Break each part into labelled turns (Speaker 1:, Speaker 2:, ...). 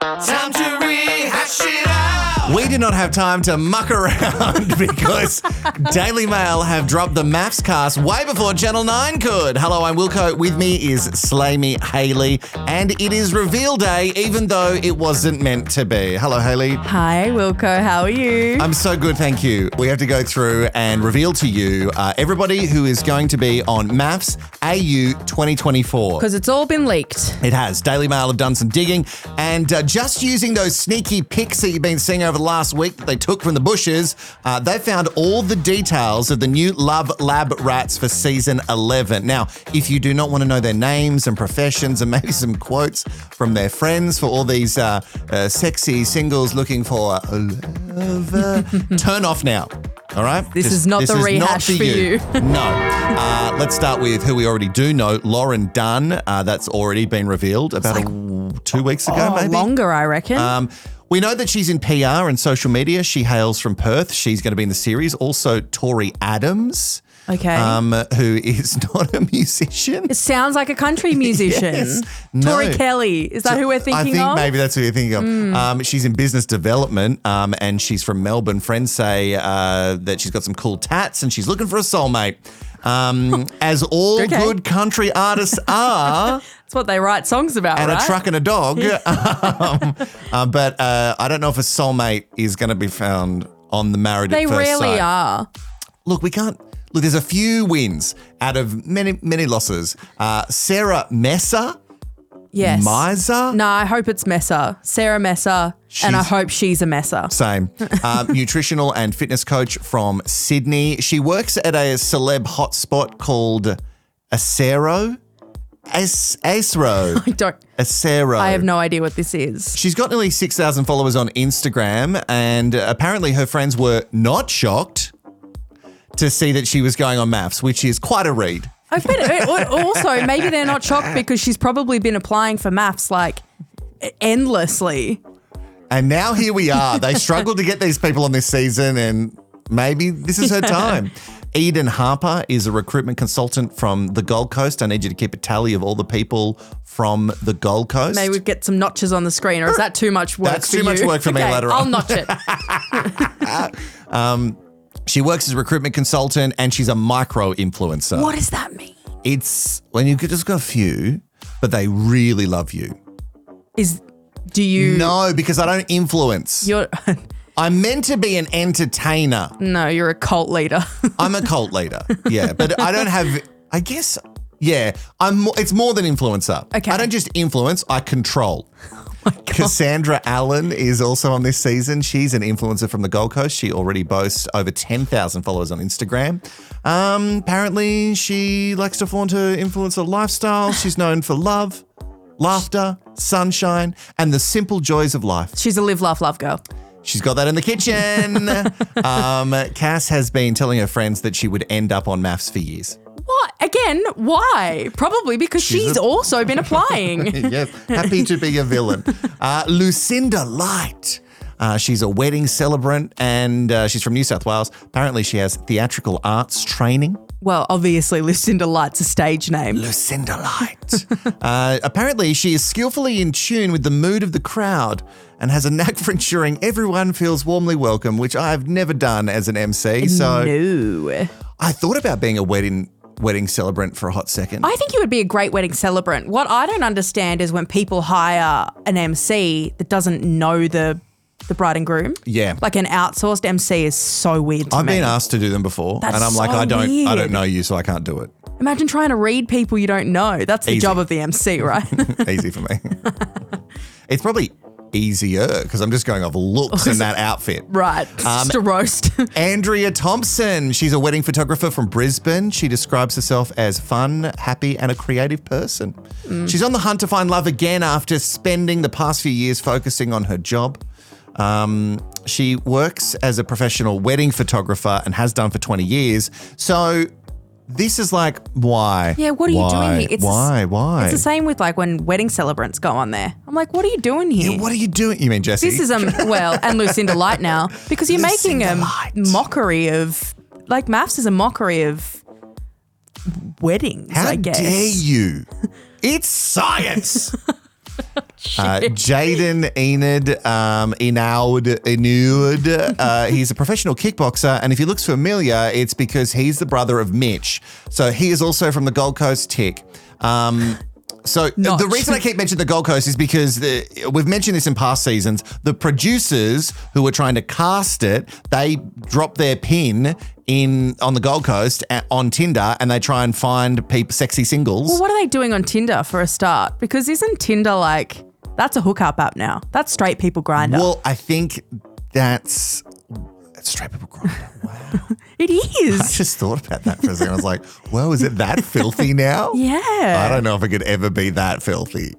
Speaker 1: Time to rehash it out.
Speaker 2: We did not have time to muck around because Daily Mail have dropped the maps cast way before Channel 9 could. Hello, I'm Wilco. With me is Slay Me Haley, and it is reveal day, even though it wasn't meant to be. Hello, Haley.
Speaker 3: Hi, Wilco. How are you?
Speaker 2: I'm so good, thank you. We have to go through and reveal to you uh, everybody who is going to be on MAFS AU 2024.
Speaker 3: Because it's all been leaked.
Speaker 2: It has. Daily Mail have done some digging and uh, just using those sneaky pics that you've been seeing over the last week that they took from the bushes, uh, they found all the details of the new Love Lab rats for season 11. Now, if you do not want to know their names and professions and maybe some quotes from their friends for all these uh, uh, sexy singles looking for love, uh, turn off now. All right.
Speaker 3: This is not the rehash for you.
Speaker 2: No. Uh, let's start with who we already do know, Lauren Dunn. Uh, that's already been revealed about a, two weeks ago,
Speaker 3: Oh,
Speaker 2: maybe.
Speaker 3: longer, I reckon.
Speaker 2: Um, we know that she's in PR and social media. She hails from Perth. She's going to be in the series. Also, Tori Adams,
Speaker 3: okay.
Speaker 2: um, who is not a musician.
Speaker 3: it sounds like a country musician.
Speaker 2: Yes.
Speaker 3: Tori
Speaker 2: No.
Speaker 3: Kelly. Is that who we're
Speaker 2: I
Speaker 3: thinking
Speaker 2: think
Speaker 3: of? Hmm.
Speaker 2: maybe that's who you're thinking of. Um, she's in business development um, and she's from Melbourne. Friends say uh, that she's got some cool tats and she's looking for a soulmate. Um, as all
Speaker 3: Okay.
Speaker 2: good country artists are,
Speaker 3: That's what they write songs about,
Speaker 2: and
Speaker 3: right?
Speaker 2: a truck and a dog. um, uh, but uh, I don't know if a soulmate is going to be found on the married
Speaker 3: they
Speaker 2: at first
Speaker 3: really
Speaker 2: sight.
Speaker 3: are.
Speaker 2: Look, we can't. Look, there's a few wins out of many, many losses. Uh, Sarah Messer,
Speaker 3: Yes.
Speaker 2: Miser,
Speaker 3: No, I hope it's Messer. Sarah Messer. and I
Speaker 2: She's-
Speaker 3: hope she's a Messer.
Speaker 2: Same. Um, nutritional and fitness coach from Sydney. She works at a celeb hotspot called Acero. As- Acero.
Speaker 3: I don't.
Speaker 2: Acero.
Speaker 3: I have no idea what this is.
Speaker 2: She's got nearly 6,000 followers on Instagram, and apparently her friends were not shocked to see that she was going on maths, which is quite a read.
Speaker 3: I bet. it- it- also, maybe they're not shocked because she's probably been applying for maths like endlessly.
Speaker 2: And now here we are. They struggled to get these people on this season, and maybe this is her time. Eden Harper is a recruitment consultant from the Gold Coast. I need you to keep a tally of all the people from the Gold Coast.
Speaker 3: Maybe we get some notches on the screen, or is that too much work?
Speaker 2: That's
Speaker 3: for
Speaker 2: too much
Speaker 3: you?
Speaker 2: work for me
Speaker 3: Okay,
Speaker 2: later on.
Speaker 3: I'll notch it.
Speaker 2: She works as a recruitment consultant and she's a micro influencer.
Speaker 3: what does that mean?
Speaker 2: It's when you just got a few, but they really love you.
Speaker 3: Is do you?
Speaker 2: No, because I don't influence.
Speaker 3: You're
Speaker 2: I'm meant to be an entertainer.
Speaker 3: no, you're a cult leader.
Speaker 2: I'm a cult leader. Yeah, but I don't have. I guess. Yeah, I'm. mo- It's more than influencer.
Speaker 3: Okay.
Speaker 2: I don't just influence. I control. Cassandra Allen is also on this season. She's an influencer from the Gold Coast. She already boasts over 10,000 followers on Instagram. Um, apparently, she likes to flaunt her influencer lifestyle. She's known for love, laughter, sunshine, and the simple joys of life.
Speaker 3: She's a live, laugh, love girl.
Speaker 2: She's got that in the kitchen. um, Cass has been telling her friends that she would end up on maths for years.
Speaker 3: What again? Why? Probably because she's,
Speaker 2: She's a-
Speaker 3: also been applying.
Speaker 2: yes, happy to be a villain. Uh, Lucinda Light. Uh, she's a wedding celebrant and uh, she's from New South Wales. Apparently, she has theatrical arts training.
Speaker 3: well, obviously, Lucinda Light's a stage name.
Speaker 2: Lucinda Light. uh, apparently, she is skillfully in tune with the mood of the crowd and has a knack for ensuring everyone feels warmly welcome, which I've never done as an MC. So
Speaker 3: no.
Speaker 2: I thought about being a wedding wedding celebrant for a hot second.
Speaker 3: I think you would be a great wedding celebrant. What I don't understand is when people hire an MC that doesn't know the the bride and groom.
Speaker 2: Yeah.
Speaker 3: Like an outsourced MC is so weird to
Speaker 2: I've
Speaker 3: me.
Speaker 2: been asked to do them before,
Speaker 3: That's
Speaker 2: and I'm like,
Speaker 3: so
Speaker 2: I don't, I
Speaker 3: weird.
Speaker 2: don't know you, so I can't do it.
Speaker 3: Imagine trying to read people you don't know. That's the
Speaker 2: Easy.
Speaker 3: job of the MC, right?
Speaker 2: Easy for me. it's probably easier because I'm just going off looks
Speaker 3: Oh,
Speaker 2: and that outfit.
Speaker 3: right. Just a roast.
Speaker 2: Andrea Thompson. She's a wedding photographer from Brisbane. She describes herself as fun, happy, and a creative person.
Speaker 3: Mm.
Speaker 2: She's on the hunt to find love again after spending the past few years focusing on her job. Um, she works as a professional wedding photographer and has done for 20 years. So this is like, why?
Speaker 3: Yeah, what are you doing
Speaker 2: Why?
Speaker 3: here? It's-
Speaker 2: why? Why?
Speaker 3: it's the same with like when wedding celebrants go on there. I'm like, what are you doing here?
Speaker 2: Yeah, what are you doing? You mean Jesse?
Speaker 3: this is um well, and Lucinda Light now because you're making
Speaker 2: Lucinda
Speaker 3: a
Speaker 2: Light.
Speaker 3: mockery of like maths is a mockery of weddings,
Speaker 2: How
Speaker 3: I guess.
Speaker 2: dare you? It's science. Uh, Jaden Enid, um, Enoud, Enud. Uh, he's a professional kickboxer, and if he looks familiar, it's because he's the brother of Mitch. So he is also from the Gold Coast Tick. Um, so uh,
Speaker 3: Notch.
Speaker 2: the reason I keep mentioning the Gold Coast is because the, we've mentioned this in past seasons. The producers who were trying to cast it, they drop their pin in on the Gold Coast a- on Tinder, and they try and find peop sexy singles.
Speaker 3: Well, what are they doing on Tinder for a start? Because isn't Tinder like that's a hookup app now? That's straight people grinder.
Speaker 2: Well, I think that's straight people grinder. Wow.
Speaker 3: it
Speaker 2: I
Speaker 3: is.
Speaker 2: just thought about that for a second. I was like, whoa, is it that filthy now?
Speaker 3: Yeah.
Speaker 2: I don't know if it could ever be that filthy.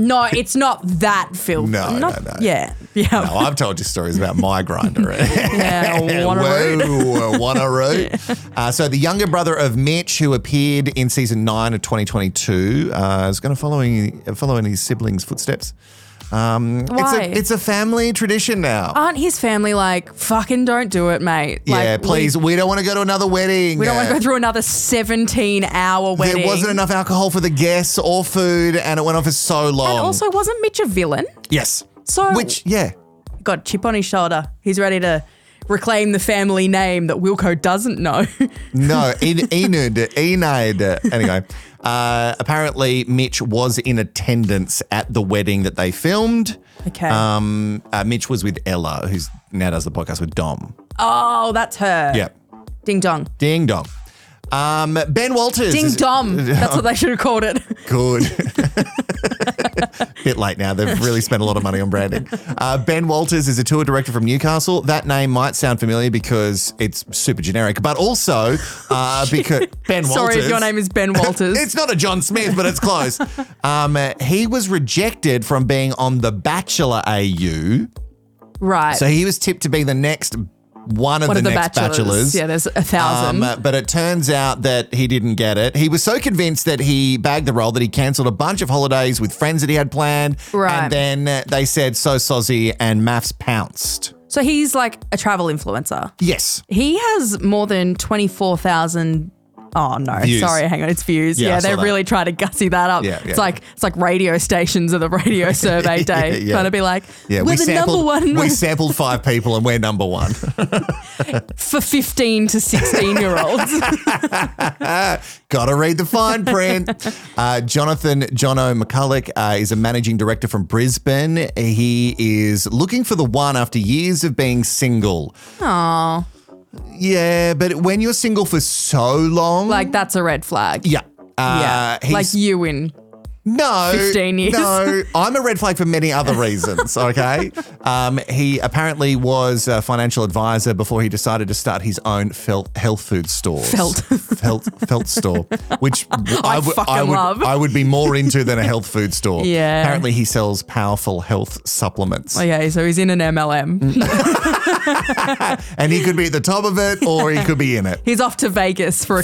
Speaker 3: No, it's not that filthy.
Speaker 2: No, no,
Speaker 3: Not-
Speaker 2: no.
Speaker 3: Yeah. Yeah.
Speaker 2: No, I've told you stories about my grinder. eh?
Speaker 3: Yeah, what a
Speaker 2: Whoa, what a route. Uh, so the younger brother of Mitch, who appeared in season nine of 2022, uh, is going to follow in, follow in his siblings' footsteps. Um,
Speaker 3: Why?
Speaker 2: It's a, it's a family tradition now.
Speaker 3: Aren't his family like, fucking don't do it, mate? Like,
Speaker 2: yeah, please.
Speaker 3: We,
Speaker 2: We, don't want to go to another wedding.
Speaker 3: we don't want to
Speaker 2: Uh,
Speaker 3: go through another 17 hour wedding.
Speaker 2: There wasn't enough alcohol for the guests or food, and it went on for so long.
Speaker 3: And also, Oh. wasn't Mitch a villain?
Speaker 2: yes.
Speaker 3: So-
Speaker 2: um, which, yeah,
Speaker 3: Got a chip on his shoulder. He's ready to reclaim the family name that Wilco doesn't know.
Speaker 2: no, en- Enid, Enid. Anyway, uh, apparently Mitch was in attendance at the wedding that they filmed.
Speaker 3: okay.
Speaker 2: Um, uh, Mitch was with Ella, who's now does the podcast with Dom.
Speaker 3: oh, that's her.
Speaker 2: Yeah,
Speaker 3: Ding dong.
Speaker 2: ding dong. Um, ben Walters.
Speaker 3: Ding
Speaker 2: is-
Speaker 3: dong. That's what they should have called it.
Speaker 2: Good. Bit late now. They've really spent a lot of money on branding. Uh, ben Walters is a tour director from Newcastle. That name might sound familiar because it's super generic, but also uh, because Ben Walters.
Speaker 3: Sorry if your name is Ben Walters.
Speaker 2: It's not a John Smith, but it's close. um, uh, he was rejected from being on The Bachelor AU,
Speaker 3: right.
Speaker 2: so he was tipped to be the next one of
Speaker 3: One
Speaker 2: the
Speaker 3: of the
Speaker 2: next
Speaker 3: bachelors.
Speaker 2: bachelors.
Speaker 3: Yeah, there's a thousand.
Speaker 2: Um, but it turns out that he didn't get it. He was so convinced that he bagged the role that he cancelled a bunch of holidays with friends that he had planned.
Speaker 3: Right.
Speaker 2: And then uh, they said, so sozzy, and Maths pounced.
Speaker 3: so he's like a travel influencer.
Speaker 2: Yes.
Speaker 3: He has more than 24,000 Oh no!
Speaker 2: Views.
Speaker 3: Sorry, hang on. It's views.
Speaker 2: Yeah,
Speaker 3: Yeah,
Speaker 2: I saw
Speaker 3: they're
Speaker 2: that.
Speaker 3: really trying to gussy that up.
Speaker 2: Yeah, yeah.
Speaker 3: It's like it's like radio stations are the radio survey day,
Speaker 2: Yeah, yeah.
Speaker 3: trying to be like,
Speaker 2: Yeah,
Speaker 3: we're the number one
Speaker 2: We sampled five people and we're number one.
Speaker 3: for fifteen to sixteen year olds.
Speaker 2: Gotta read the fine print. uh, Jonathan Jono McCulloch uh, is a managing director from Brisbane. He is looking for the one after years of being single.
Speaker 3: Oh,
Speaker 2: Yeah, but when you're single for so long,
Speaker 3: like that's a red flag.
Speaker 2: yeah. Uh,
Speaker 3: yeah. Like
Speaker 2: he's-
Speaker 3: you in
Speaker 2: No,
Speaker 3: 15 years.
Speaker 2: No, I'm a red flag for many other reasons. Okay, um, he apparently was a financial advisor before he decided to start his own felt health food store.
Speaker 3: Felt.
Speaker 2: felt, felt store, which w-
Speaker 3: I
Speaker 2: would-
Speaker 3: fucking
Speaker 2: would,
Speaker 3: love.
Speaker 2: I would be more into than a health food store.
Speaker 3: Yeah.
Speaker 2: Apparently, he sells powerful health supplements,
Speaker 3: Okay, Oh, so he's in an
Speaker 2: Mm.
Speaker 3: MLM.
Speaker 2: and he could be at the top of it, or he could be in it.
Speaker 3: He's off to Vegas for a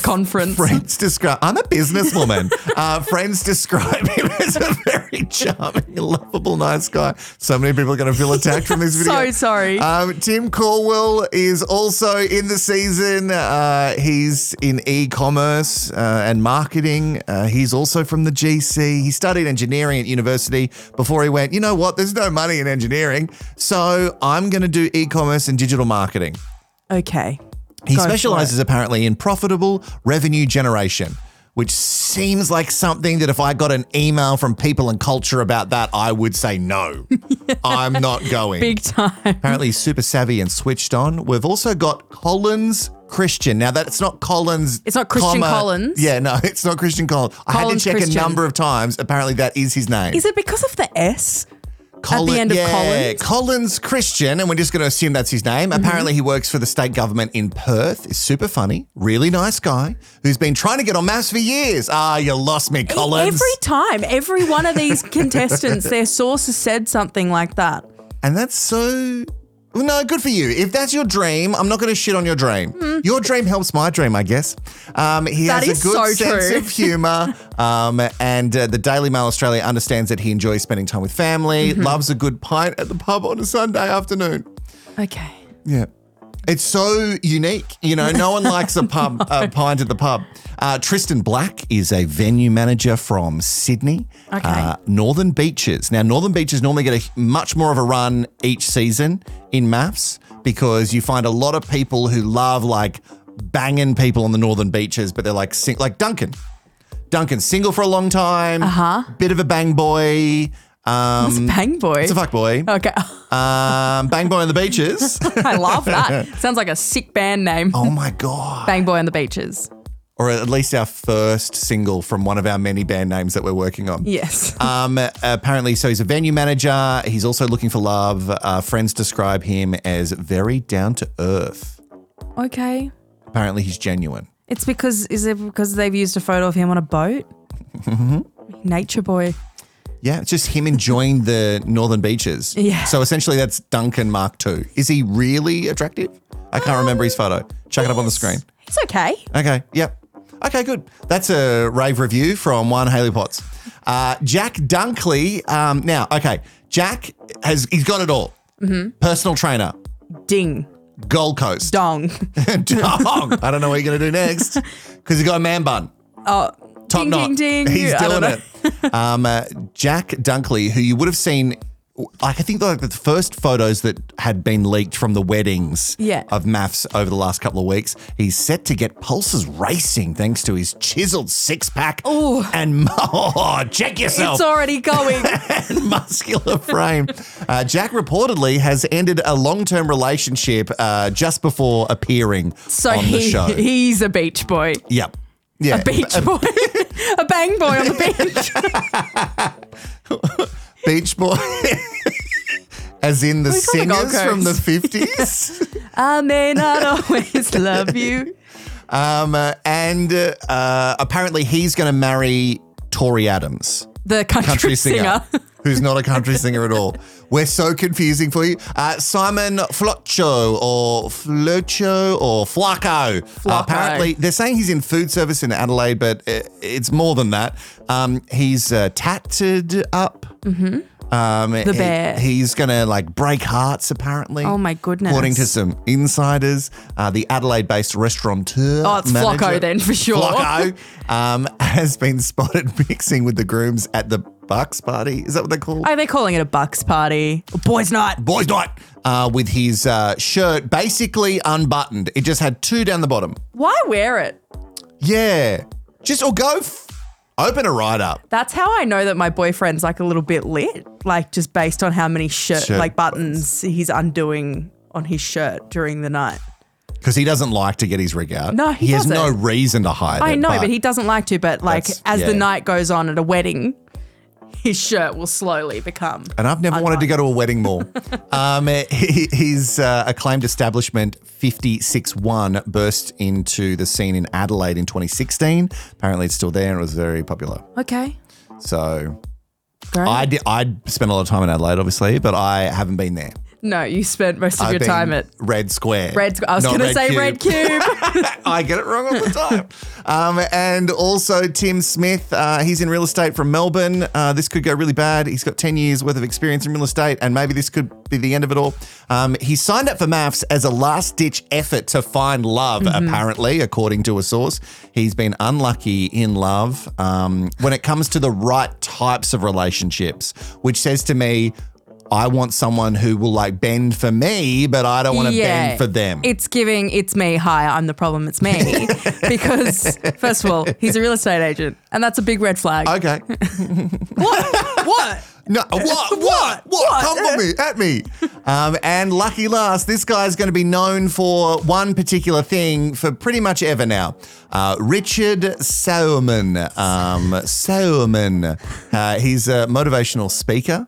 Speaker 3: conference.
Speaker 2: Friends describe. I'm a businesswoman. uh, friends describe him as a very charming, lovable, nice guy. So many people are going to feel attacked from this video.
Speaker 3: So sorry.
Speaker 2: Um, Tim Corwell is also in the season. Uh, he's in e-commerce uh, and marketing. Uh, he's also from the GC. He studied engineering at university before he went. You know what? There's no money in engineering, so I'm going to do e-commerce and digital marketing.
Speaker 3: okay.
Speaker 2: He
Speaker 3: Go for
Speaker 2: specializes apparently in profitable revenue generation, which seems like something that if I got an email from people and culture about that, I would say no. I'm not going.
Speaker 3: Big time.
Speaker 2: apparently he's super savvy and switched on. We've also got Collins Christian. Now that's not Collins.
Speaker 3: It's not Christian Collins?
Speaker 2: Yeah, no, it's not Christian Collins. I had to
Speaker 3: Collins
Speaker 2: check
Speaker 3: Christian.
Speaker 2: a number of times. Apparently that is his name.
Speaker 3: Is it because of the S?
Speaker 2: Colin-
Speaker 3: the end of
Speaker 2: yeah,
Speaker 3: Collins?
Speaker 2: Collins Christian, and we're just going to assume that's his name. Apparently, he works for the state government in Perth. Is super funny, really nice guy who's been trying to get on maths for years. Ah, you lost me, Collins.
Speaker 3: Every time, every one of these contestants, their sources said something like that.
Speaker 2: and that's so. well, No, good for you. If that's your dream, I'm not going to shit on your dream. Your dream helps my dream, I guess. Um, he
Speaker 3: Hmm. That
Speaker 2: has
Speaker 3: is
Speaker 2: a good
Speaker 3: so
Speaker 2: sense
Speaker 3: true.
Speaker 2: of humour, um, and uh, the Daily Mail Australia understands that he enjoys spending time with
Speaker 3: Mm-hmm.
Speaker 2: family, loves a good pint at the pub on a Sunday afternoon.
Speaker 3: Okay.
Speaker 2: Yeah. It's so unique. You know, no one likes a pub, a pint at the pub. Uh, Tristan Black is a venue manager from Sydney.
Speaker 3: Okay.
Speaker 2: Uh, Northern Beaches. Now, Northern Beaches normally get a much more of a run each season in maths because you find a lot of people who love like banging people on the Northern Beaches, but they're like sing- like Duncan. Duncan single for a long time. Uh huh. Bit of a bang boy. Um,
Speaker 3: It's Bang Boy.
Speaker 2: it's a fuck boy.
Speaker 3: Okay.
Speaker 2: Um, bang boy on the beaches.
Speaker 3: I love that. Sounds like a sick band name.
Speaker 2: oh my god.
Speaker 3: Bang Boy on the Beaches.
Speaker 2: or at least our first single from one of our many band names that we're working on.
Speaker 3: Yes.
Speaker 2: Um, apparently, so he's a venue manager. He's also looking for love. Uh, friends describe him as very down to earth.
Speaker 3: okay.
Speaker 2: Apparently, he's genuine.
Speaker 3: It's because is it because they've used a photo of him on a boat?
Speaker 2: Mm-hmm.
Speaker 3: Nature boy.
Speaker 2: Yeah, it's just him enjoying the northern beaches.
Speaker 3: Yeah.
Speaker 2: So essentially, that's Duncan Mark II. Is he really attractive? I can't remember his photo. Check it up on the screen.
Speaker 3: It's okay.
Speaker 2: Okay. Yep. Okay, good. That's a rave review from one Haley Potts. Uh, Jack Dunkley. Um, now, okay, Jack has he's got it all. Personal trainer,
Speaker 3: Ding
Speaker 2: Gold Coast.
Speaker 3: dong.
Speaker 2: Dog. I don't know what you're gonna do next because he got a man bun.
Speaker 3: Oh,
Speaker 2: Top
Speaker 3: ding
Speaker 2: knot.
Speaker 3: ding ding.
Speaker 2: He's
Speaker 3: I
Speaker 2: doing
Speaker 3: don't know.
Speaker 2: it. um, uh, Jack Dunkley, who you would have seen. Like I think like the first photos that had been leaked from the weddings
Speaker 3: Yeah.
Speaker 2: of maths over the last couple of weeks, he's set to get pulses racing thanks to his chiseled six pack and oh, check yourself
Speaker 3: It's already going.
Speaker 2: and muscular frame. Uh, Jack reportedly has ended a long term relationship uh, just before appearing
Speaker 3: So
Speaker 2: on the
Speaker 3: he
Speaker 2: show.
Speaker 3: he's a beach boy.
Speaker 2: yep. Yeah.
Speaker 3: A beach boy. a bang boy on the beach.
Speaker 2: Beach Boy. As in the
Speaker 3: He's from the Gold
Speaker 2: singers from the
Speaker 3: Coast.
Speaker 2: 50s.
Speaker 3: I may not always love you.
Speaker 2: um, uh, and uh, apparently he's going to marry Tori Adams,
Speaker 3: The country,
Speaker 2: country
Speaker 3: singer.
Speaker 2: singer, who's not a country singer at all. We're so confusing for you. Uh, Simon Floccio or Flocho or Flacco.
Speaker 3: Flacco.
Speaker 2: apparently, they're saying he's in food service in Adelaide, but i it's more than that. Um, he's uh, tatted up. Um, the
Speaker 3: Mm-hmm. bear.
Speaker 2: he's gonna like break hearts, apparently.
Speaker 3: Oh, my goodness.
Speaker 2: According to some insiders, uh, the Adelaide-based restaurateur.
Speaker 3: Oh, it's
Speaker 2: manager-
Speaker 3: Flocko then, for sure.
Speaker 2: Flocko um, has been spotted mixing with the grooms at the Bucks party. Is that what they call?
Speaker 3: Are they calling it a bucks party? Boys night.
Speaker 2: Boys night. Uh, with his uh, shirt basically unbuttoned. It just had two down the bottom.
Speaker 3: Why wear it?
Speaker 2: Yeah. Just or go f- open a ride up.
Speaker 3: That's how I know that my boyfriend's like a little bit lit, like just based on how many shirt,
Speaker 2: Shirt
Speaker 3: like buttons he's undoing on his shirt during the night.
Speaker 2: Because he doesn't like to get his rig out.
Speaker 3: No, he
Speaker 2: has no
Speaker 3: doesn't.
Speaker 2: reason to hide
Speaker 3: I
Speaker 2: it,
Speaker 3: know, but, he doesn't like to. But like
Speaker 2: That's-
Speaker 3: as the
Speaker 2: yeah.
Speaker 3: night goes on at a wedding, his shirt will slowly become.
Speaker 2: and I've never wanted to go to a wedding more. um, he- his uh, acclaimed establishment, 561, burst into the scene in Adelaide in 2016. Apparently, it's still there and it was very popular.
Speaker 3: Okay,
Speaker 2: So
Speaker 3: great.
Speaker 2: I did, I spent a lot of time in Adelaide, obviously, but I haven't been there.
Speaker 3: no, you spent most of
Speaker 2: I've
Speaker 3: your
Speaker 2: been
Speaker 3: time at
Speaker 2: Red Square.
Speaker 3: Red. Squ- I was
Speaker 2: not
Speaker 3: going to say
Speaker 2: Cube.
Speaker 3: Red Cube.
Speaker 2: I get it wrong all the time. um, and also Tim Smith, uh, he's in real estate from Melbourne. Uh, this could go really bad. He's got 10 years worth of experience in real estate, and maybe this could be the end of it all. Um, he signed up for MAFS as a last ditch effort to find love, apparently, according to a source. He's been unlucky in love um, when it comes to the right types of relationships, which says to me, I want someone who will like bend for me, but I don't want to bend for them.
Speaker 3: It's giving, it's me. Hi, I'm the problem. It's me. because, first of all, he's a real estate agent, and that's a big red flag.
Speaker 2: okay.
Speaker 3: What? what?
Speaker 2: No, what, what, what, Come for me, at me. Um, and lucky last, this guy's going to be known for one particular thing for pretty much ever now. Uh, Richard Sauerman. Um, Sauerman. Uh, he's a motivational speaker.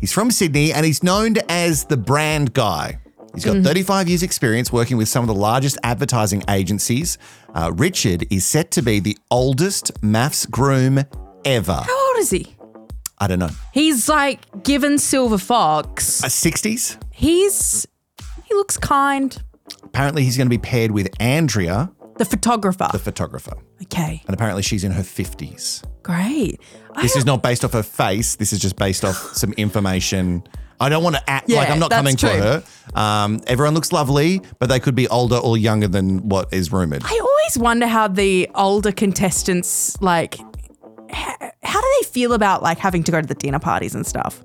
Speaker 2: He's from Sydney and he's known as the brand guy. He's got 35 years' experience working with some of the largest advertising agencies. Uh, Richard is set to be the oldest maths groom ever.
Speaker 3: How old is he?
Speaker 2: I don't know.
Speaker 3: He's like given Silver Fox.
Speaker 2: Uh, 60s?
Speaker 3: He's, he looks kind.
Speaker 2: apparently he's going to be paired with Andrea,
Speaker 3: The photographer.
Speaker 2: the photographer.
Speaker 3: okay,
Speaker 2: And apparently she's in her 50s.
Speaker 3: great. I
Speaker 2: This is not based off her face. This is just based off some information I don't want to act
Speaker 3: Yeah,
Speaker 2: like I'm not
Speaker 3: that's
Speaker 2: coming for
Speaker 3: true.
Speaker 2: her. Um, everyone looks lovely, but they could be older or younger than what is rumored.
Speaker 3: I always wonder how the older contestants like h- how do they feel about like having to go to the dinner parties and stuff?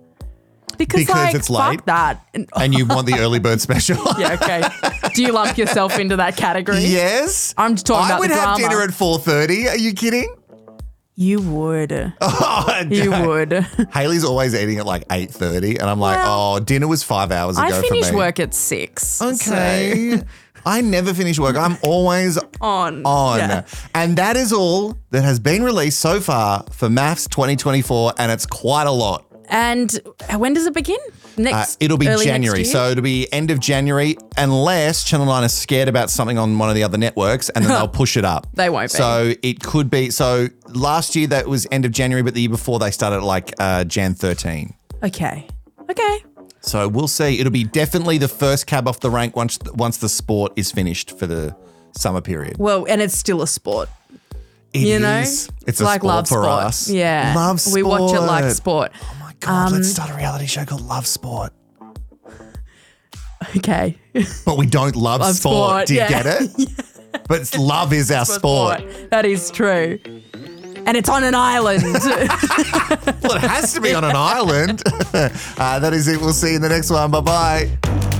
Speaker 3: Because,
Speaker 2: Because
Speaker 3: like
Speaker 2: it's
Speaker 3: fuck
Speaker 2: late.
Speaker 3: that. And-
Speaker 2: and you want the early bird special.
Speaker 3: yeah, okay. do you lump yourself into that category?
Speaker 2: Yes.
Speaker 3: I'm just talking
Speaker 2: I
Speaker 3: about
Speaker 2: would
Speaker 3: the
Speaker 2: have
Speaker 3: drama.
Speaker 2: dinner at 4.30. Are you kidding?
Speaker 3: You would.
Speaker 2: Oh,
Speaker 3: You would.
Speaker 2: Haley's always eating at like 8.30 and I'm like,
Speaker 3: Well,
Speaker 2: oh, dinner was five hours ago
Speaker 3: I finish
Speaker 2: for me.
Speaker 3: work at six. so-
Speaker 2: Okay. I never finish work. I'm always
Speaker 3: On.
Speaker 2: on.
Speaker 3: Yeah.
Speaker 2: And that is all that has been released so far for MAFS 2024, and it's quite a lot.
Speaker 3: And when does it begin?
Speaker 2: Uh,
Speaker 3: Next.
Speaker 2: it'll be
Speaker 3: early next
Speaker 2: January.
Speaker 3: year?
Speaker 2: So it'll be end of January, unless Channel 9 is scared about something on one of the other networks and then they'll push it up.
Speaker 3: They won't be.
Speaker 2: So it could be. So last year that was end of January, but the year before they started like uh, Jan 13.
Speaker 3: Okay. Okay.
Speaker 2: So we'll see. It'll be definitely the first cab off the rank once once the sport is finished for the summer period.
Speaker 3: Well, and it's still a sport.
Speaker 2: It
Speaker 3: you know?
Speaker 2: is. It's a sport for
Speaker 3: sport.
Speaker 2: us.
Speaker 3: Yeah.
Speaker 2: Love sport.
Speaker 3: We watch it like sport. Um,
Speaker 2: Oh my God, let's start a reality show called Love Sport.
Speaker 3: Okay.
Speaker 2: But we don't love,
Speaker 3: Love
Speaker 2: sport.
Speaker 3: sport,
Speaker 2: Do you
Speaker 3: yeah.
Speaker 2: get it? But it's- love is our sport.
Speaker 3: That is true. And it's on an island.
Speaker 2: Well, it has to be on an island. uh, that is it. We'll see you in the next one. Bye bye.